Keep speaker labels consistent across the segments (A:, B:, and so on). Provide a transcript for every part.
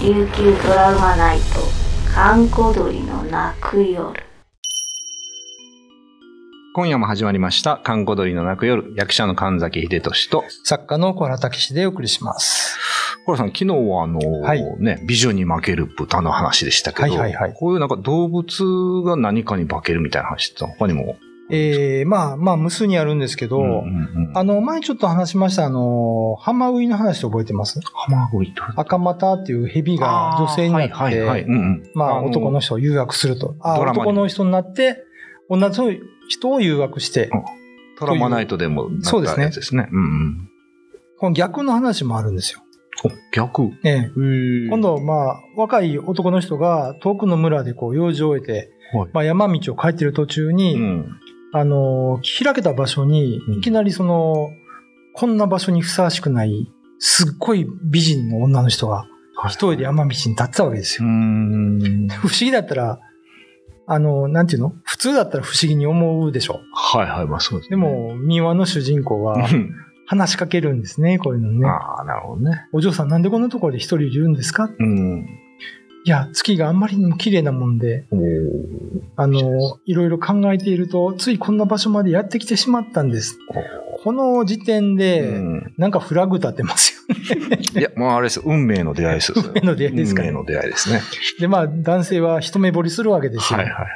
A: 琉球ドラマナイト閑古鳥の泣く夜
B: 今夜も始まりました、観光鳥の泣く夜、役者の神崎秀俊と、
C: 作家の小原武史でお送りします。
B: ホラさん、昨日はあの、
C: はい
B: ね、美女に負ける豚の話でしたけど、
C: はいはいはい
B: こういうなんか動物が何かに化けるみたいな話って他にも。
C: えー、まあまあ無数にあるんですけど、
B: うんうんうん
C: あの、前ちょっと話しました、あの、浜ウイの話って覚えてます
B: 浜鯉と。
C: 赤股っていう蛇が女性になって、
B: あーはいはいはいうんうん
C: まあ
B: の
C: 男の人を誘惑すると。あ
B: ドラマに
C: 男の人になって、女の人を誘惑して、
B: うんトラマナイトでもな
C: そうで
B: っ
C: す
B: た
C: ね
B: やつですね。うんうん
C: この逆の話もあるんですよ。
B: お逆。
C: ええ今
B: 今、
C: 度、まあ、若い男の人が遠くの村でこう用事を終えて、
B: はい
C: まあ、山道を帰ってる途中
B: う
C: に、
B: ん、
C: あの、開けた場所に
B: うん、
C: いきなりその、こんな場所にふさわしくない、すっごい美人の女の人が、一人で山道に立ってたわけです
B: う
C: よ。
B: ん。
C: 不思議だったら、あの、なんていうの普通だったら不思議に思うでしょ。
B: はいはい、まあそうです、
C: で、も、民話の主人公
B: う
C: は、
B: ん
C: 話しかけるんですね、こういうのね。
B: ああ、なるほどね。
C: お嬢さん、なんでこんなところで一人でいるんですか
B: うん。
C: いや、月があんまりにも綺麗なもんで、
B: おー
C: あの、いろいろ考えていると、ついこんな場所までやってきてしまったんです。この時点で、
B: うん
C: なんかフラグ立ってますよね。
B: いや、もうあれです。運命の出会いですよ。それ
C: 運命の出会いですか
B: 運命の出会いですね。
C: で、まあ、男性は一目惚りするわけですよ。
B: はいはい。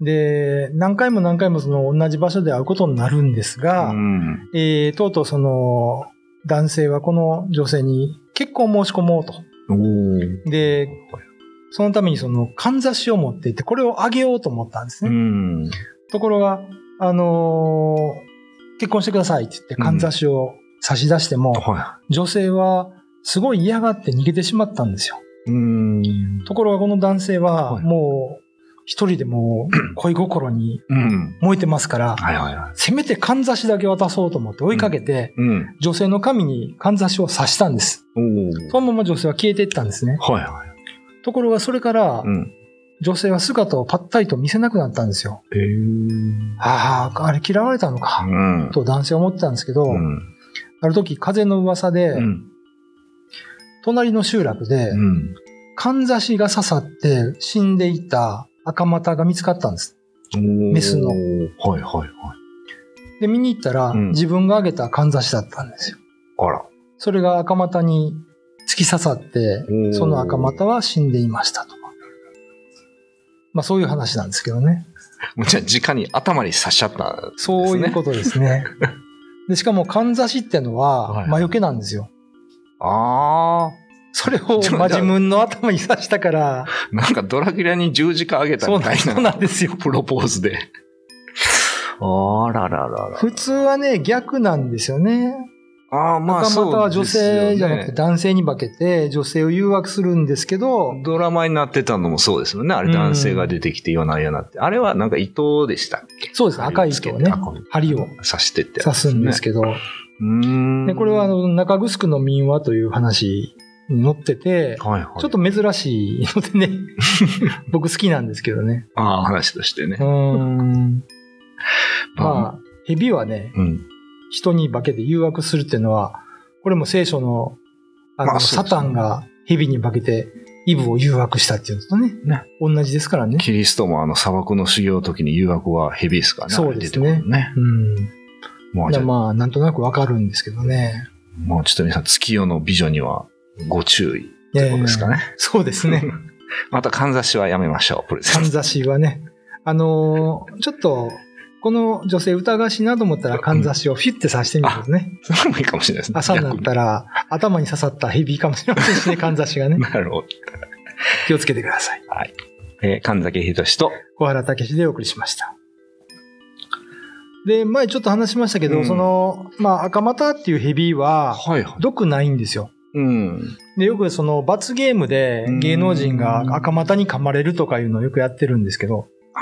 C: で、何回も何回もその同じ場所で会うことになるんですが、
B: うん
C: えーとうとうその、男性はこの女性に結婚申し込もうと。
B: おー
C: で、そのためにその、かんざしを持っていて、これをあげようと思ったんです
B: う
C: ね。
B: ん。
C: ところが、あのー結婚してくださいって言って、かんざしを差し出しても、
B: は
C: 女性はすごい嫌がって逃げてしまったんですよ。
B: い。うん。
C: ところがこの男性
B: は
C: は、
B: い
C: もう、一人でも う、恋心に
B: うん。
C: 燃えてますから、
B: はいはいはい。
C: せめてかんざしだけ渡そうと思って追いかけて、
B: うん。
C: 女性の髪にかんざしを刺したんです。
B: お
C: そのまま女性は消えていったんですね。
B: お。はいはい。
C: ところがそれから
B: う、ん。
C: 女性は姿をぱったりと見せなくなったんですよ。
B: えー。
C: ああ、あれ嫌われたのか、
B: うん。
C: と男性は思ってたんですけど、
B: うん。
C: ある時風の噂で、
B: うん。
C: 隣の集落で
B: う、ん。
C: かんざしが刺さって死んでいた赤股が見つかったんです。
B: メ
C: メスの
B: はいはいはい。
C: で、見に行ったら、
B: うん
C: 自分が挙げたかんざしだったんですよ。
B: あら。
C: それが赤股に突き刺さって
B: おー、
C: その赤股は死んでいましたと。まあそういう話なんですけどね。
B: もうじゃあ、直に頭に刺しちゃった。
C: そういうことですね。で、しかも、かんざしっての
B: は
C: は、
B: い
C: 魔除けなんですよ。
B: あ
C: それを、マジムンの頭に刺したから、
B: あ。なんかドラキュラに十字架あげた
C: そう
B: み
C: な
B: た
C: ん
B: い
C: そう
B: な
C: なんですよ。
B: プロポー ズで。あらららら。
C: 普通はね、逆なんですよね。
B: ああ、まあ、
C: 赤
B: そう
C: 股は女性じゃなく
B: です
C: て
B: よね
C: 男性に化けて、女性を誘惑するんですけど、
B: ドラマになってたのもそうですよね。あ
C: う
B: れ
C: ん
B: 男性が出てきて夜な夜なって。あれはなんか糸でしたっけ
C: そうです。赤い糸をね、針を
B: 刺してって
C: 刺すんです
B: け
C: けど、
B: ど。うーん
C: でこれはあ、の中城の民話という話に載ってて、
B: はいはい、
C: ちょっと珍しいので ね、僕好きなんですけどね。
B: ああ、話としてね
C: う。ーん。
B: まあ
C: まあ、蛇はね、
B: うん。
C: 人に化けて誘惑するっていうのは、これも聖書の、あの、
B: まあそう
C: サ
B: ですね
C: タンが蛇に化けて、イブを誘惑したっていうのとね、
B: ね
C: 同じですからね。
B: キリストもあの砂漠の修行の時に誘惑はヘビーですからね。
C: そうですね
B: あれ出てくるね。
C: うん。
B: もうじゃ
C: だから
B: あ、
C: まあ、なんとなくわかるんですけどね。
B: もうちょっと皆さん、月夜の美女にはご注意ってことですか
C: ね。
B: ね。
C: そうですね。
B: また、かんざしはやめましょう、プレゼ
C: かん
B: ント。
C: ざしはね。あのーちょっと、この女性疑わしいなと思ったら、かんざしをフィッて刺してみるんですね。
B: それもいいかもしれないですね。
C: 朝になったら、頭に刺さったヘビかもしれませんしね、かんざしがね。
B: 逆になるほど。
C: 気をつけてください。
B: えー、神崎仁と、
C: 小原武史でお送りしました。で、前ちょっと話しましたけど、
B: うん
C: その、まあ、赤股っていうヘビは、
B: はいはい。
C: 毒ないんですよ。
B: うん。
C: で、よくその、罰ゲームで芸能人が赤股に噛まれるとかいうのをよくやってるんですけど、
B: あ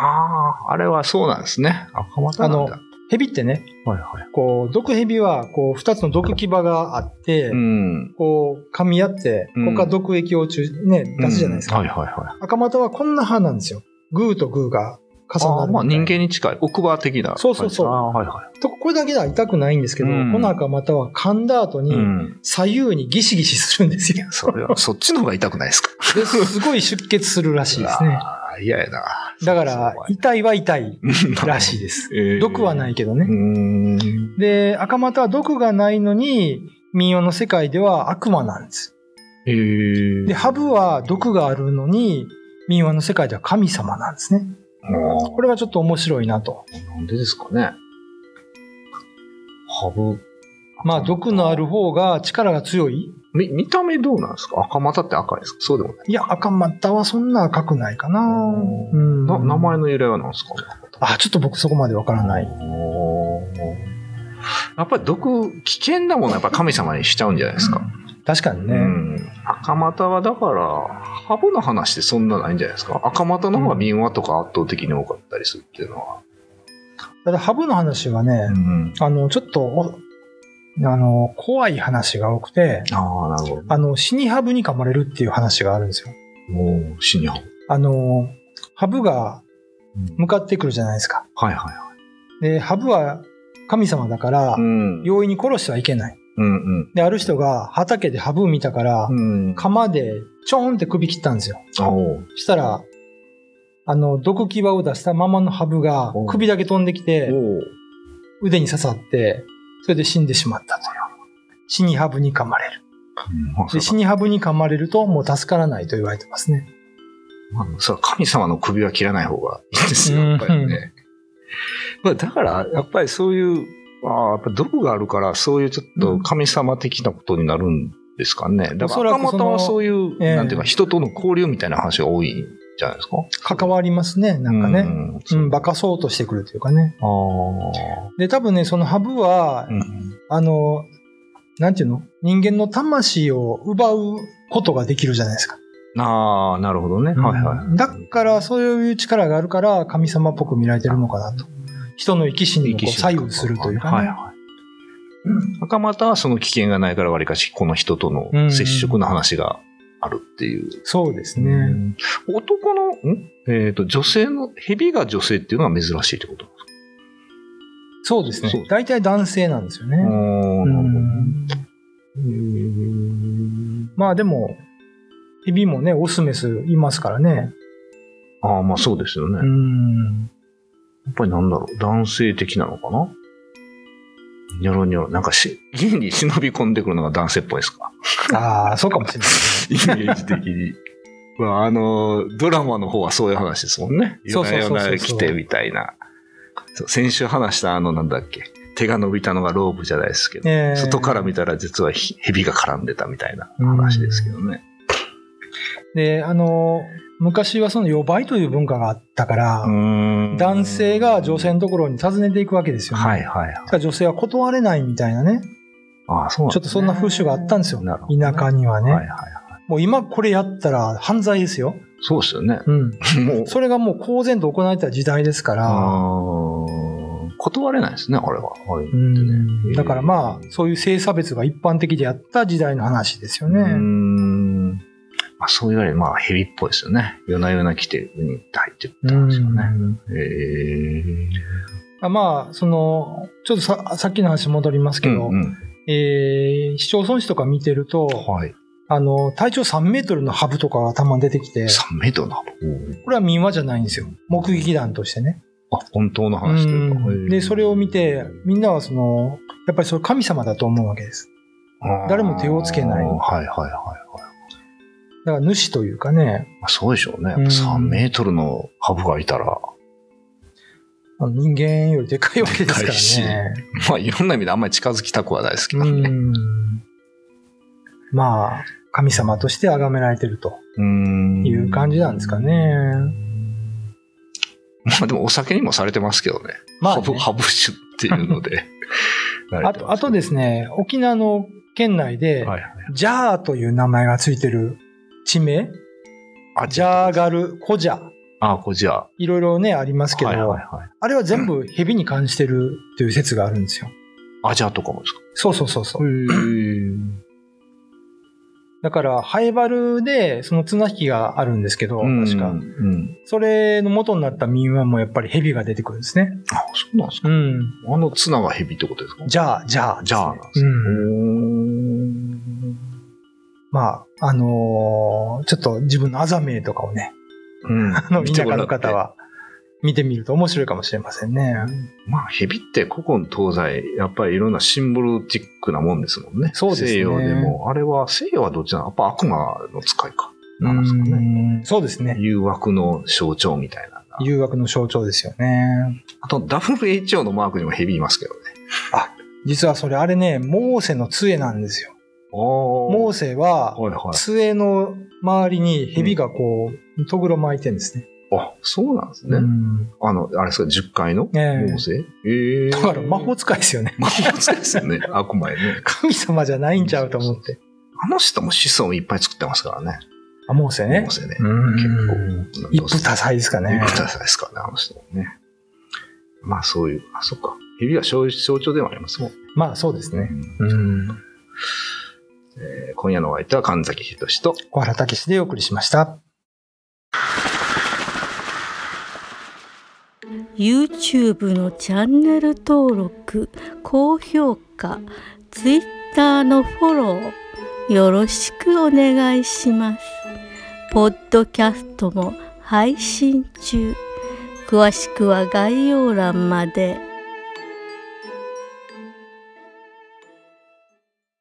B: あ、あれはそうなんですね。赤股なんだ。
C: あヘビってね、
B: はいはい。
C: こう、毒蛇は、こう、二つの毒牙があって、
B: うん。
C: こう、噛み合って、
B: うん
C: ここから毒液を中、ね、出すじゃないですか。
B: うんはいはいは
C: 赤股はこんな歯なんですよ。グーとグーが重なる
B: あまあ人間に近い、奥歯的な感じ。
C: そうそうそう
B: ああはいは
C: とこれだけでは痛くないんですけど、
B: うん
C: コナカまたは噛んだ後
B: い。
C: に
B: うん。
C: 左右にギシギシするんです よ。
B: それは、そっちの方が痛くないですか。
C: ですごい出血するらしいですね。
B: ああ、嫌やな。
C: だから、痛いは痛いらしい
B: い。
C: です。
B: えー
C: 毒はない。けどね
B: う。ん。
C: で、赤股は毒がないのに、民謡の世界では悪魔なんです。
B: えー
C: で、ハブは毒があるのに、民話の世界では神様なんですね。
B: あー
C: これはちょっと面白いなと。
B: なんでですかね。ハブ。
C: まあ、毒のある方が力が強い。
B: み、見た目どうなんですか赤股って赤いですかそうでもない。
C: いや、赤股はそんな赤くないかな。
B: う
C: うん
B: な名前の由来は何ですか
C: あ、ちょっと僕そこまでわからない。
B: おーやっぱり毒、危険なものはやっぱ神様にしちゃうんじゃないですか。
C: 確かにね。
B: うん、赤股はだから、ハブの話ってそんなないんじゃないですか。赤股の方が民話とか圧倒的に多かったりするっていうのは。
C: ただ、ハブの話はね、
B: ん、
C: あの、ちょっとお、あの、怖い話が多くて、
B: ああ、なるほど。
C: あの、死にハブに噛まれるっていう話があるんですよ。
B: もう死にハブ。
C: あの、ハブが
B: うん
C: 向かってくるじゃないですか。
B: はいはいは
C: で、ハブは神様だから
B: い。、ん
C: 容易に殺してはいけない。
B: うん
C: で、ある人が畑でハブ見たから
B: う、ん。うん。
C: 釜でちょんって首切ったんですよ。
B: おう
C: したら、あの、毒牙を出したままのハブが
B: おう
C: 首だけ飛んできて、
B: おう
C: 腕に刺さって、それで死んでしまったという。死にハブに噛まれる。
B: まあそ
C: で
B: れ
C: 死にハブに噛まれるともう助からないと言われてますね。
B: まあ、それは神様の首は切らない方がいいですよ、
C: うん
B: やっぱりね。まあ、だから、やっぱりそういう、ああ、やっぱ毒があるから、そういうちょっと神様的なことになるんですかね。だ
C: お
B: か
C: そ
B: ら、
C: ら
B: 赤
C: くその
B: 股はそういう、
C: ええ
B: なんていうか、人との交流みたいな話が多いんじゃないですか。
C: 関わりますね、なんかね。
B: ね。
C: う、
B: うんん、
C: 化かそうとしてくるというかね。
B: あ
C: で、多分ね、そのハブは
B: あ、、うん。
C: あの、なんていうの人間の魂を奪うことができるじゃないですか。
B: ああ、なるほどね。はいはい。
C: だから、そういう力があるから、神様っぽく見られてるのかなと。人の生き死にをこう左右するというか、ね。
B: はいはい。赤股はその危険がないから、わりかし、この人との接触の話があるっていう。
C: そうです
B: う
C: ね。
B: ん男の、んえっ、と、女性の、蛇が女性っていうのは珍しいってこと
C: そうですね
B: そう。
C: 大体男性なんですよね。
B: お
C: う
B: ー
C: んまあでも、エビもね、オスメスいますからね。
B: ああ、まあそうですよね。
C: う
B: や
C: ん。
B: っぱりなんだろう、男性的なのかなニョロニョロ。なんかし、家に忍び込んでくるのが男性っぽいですか
C: ああ、そうかもしれない。
B: イメージ的 に。まあ、あの、ドラマの方はそういう話ですもんね。
C: そ
B: 夜な
C: う
B: 夜
C: そうそうそう
B: な来てみたいな。そう先週話したあの、なんだっけ。手が伸びたのがロープじゃないですけど。
C: え え
B: 外から見たら実はひ蛇が絡んでたみたいな話ですけどね。
C: で、あの、昔はその、予売という文化があったから、男性が女性のところに訪ねていくわけですよね。
B: はいはいはい。
C: だから女性は断れないみたいなね。
B: ああ、そうなん
C: ちょっとそんな風習があったんですよ。
B: なる
C: 田
B: ほどね
C: 舎にはね、
B: はいはいはい。
C: もう今これやったら犯罪ですよ。
B: そうですよね。
C: うん。
B: もう。
C: それがもう公然と行われた時代ですから。
B: あー断れないですね、あれは。あれって
C: う
B: ね
C: ん。だからま
B: え
C: あ、そういう性差別が一般的であった時代の話ですよ
B: ーうー
C: ね。
B: ん。まあ、そういわれる、まあ、蛇っぽいですよね。夜な夜な来て、ウニって入ってるって話よね。
C: うん
B: えー
C: あまあ、その、ちょっとささっきの話戻りますけど、
B: うんうん
C: えー市町村市とか見てると、
B: はい。
C: あの、体長3メートルのハブとかがたまに出てきて、
B: 3メートルな。
C: これは民話じゃないんですよ。目撃談としてね。
B: あ、本当の話というか。
C: う
B: え
C: ん
B: ー
C: で、それを見て、みんなはその、やっぱりそれ神様だと思うわけです。
B: あー
C: 誰も手をつけな
B: はいは
C: い
B: いはいはい。
C: だから主というかね、
B: まあ、そうでしょうね。やっぱ
C: うん
B: 3メートルのハブがいたら、
C: あの人間よりでかいわけです
B: でかいし
C: からね。
B: まあいろんな意味であんまり近づきたくはないですけど
C: う
B: ね。
C: ん。まあ、神様として崇められてると
B: うん
C: いう感じなんですか。ね。
B: まあでもお酒にもされてますけどね。
C: まあ
B: ハ
C: ね、
B: ブ、ハブ酒っていうので。
C: あと、あとですすね、沖縄の県内で、
B: はい。
C: ジャーという名前がついてる地名、
B: あ、
C: ジ
B: じゃ
C: ャ
B: あ
C: ー、ガル、コジャ、
B: あ、こじゃあ。
C: いろいろね、ありますけど、
B: はいはいはい。
C: あれは全部蛇に関してるという説があるんですよ。
B: あ、じゃあとかもですか。
C: そうそうそうそ
B: へ
C: う。だから、ハエバルで、その綱引きがあるんですけど、確か。
B: うん。
C: それの元になった民話もやっぱり蛇が出てくるんですね。
B: あ、そうなんですか。
C: うん。
B: あの綱がヘビってことですか
C: じゃあ、じゃあ、
B: じゃあなんですね。
C: うん まあ、あのーちょっと自分のあざめとかをね、
B: うーん。うん
C: あの、田舎の方。は見てみると面白いかもしれませんね。
B: まあ、蛇って古今東西、やっぱりいろんなシンボルティックなもんですもんね。
C: そうですね
B: 西洋でも、あれは、西洋はどっちなのやっぱ悪魔の使いか。
C: う
B: なんですかね。
C: んそうですね。
B: 誘惑の象徴みたいなのが。
C: 誘惑の象徴ですよね。
B: あと、WHO のマークにも蛇いますけどね。
C: 実はそれあれね、モーセの杖なんですよ。
B: おー
C: モーセは、
B: はいはい。
C: 杖の周りに蛇がこう、とぐろ巻いてるんですね。
B: あ、そうなんですね。
C: うん
B: あの、あれですか、10階の
C: ええ
B: モーセええ
C: だから魔法使いですよね。
B: 魔法使いですよ ね。悪魔やね。
C: 神様じゃないんちゃうと思って。
B: あの人も子孫いっぱい作ってますからね。
C: あ、モーセね
B: モー。セね。
C: うん
B: 結構。
C: 一夫多妻ですかね
B: 一。夫多妻ですからね、あの人もね。まあそういう、あ、そっか。蛇は象象徴でもありますもんね。
C: まあそうですね。
B: うん
C: うん。
B: えー今夜のお相手は神崎仁と。
C: 小原武史でお送りしました。
D: YouTube のチャンネル登録高評価 Twitter のフォローよろしくお願いしますポッドキャストも配信中詳しくは概要欄まで。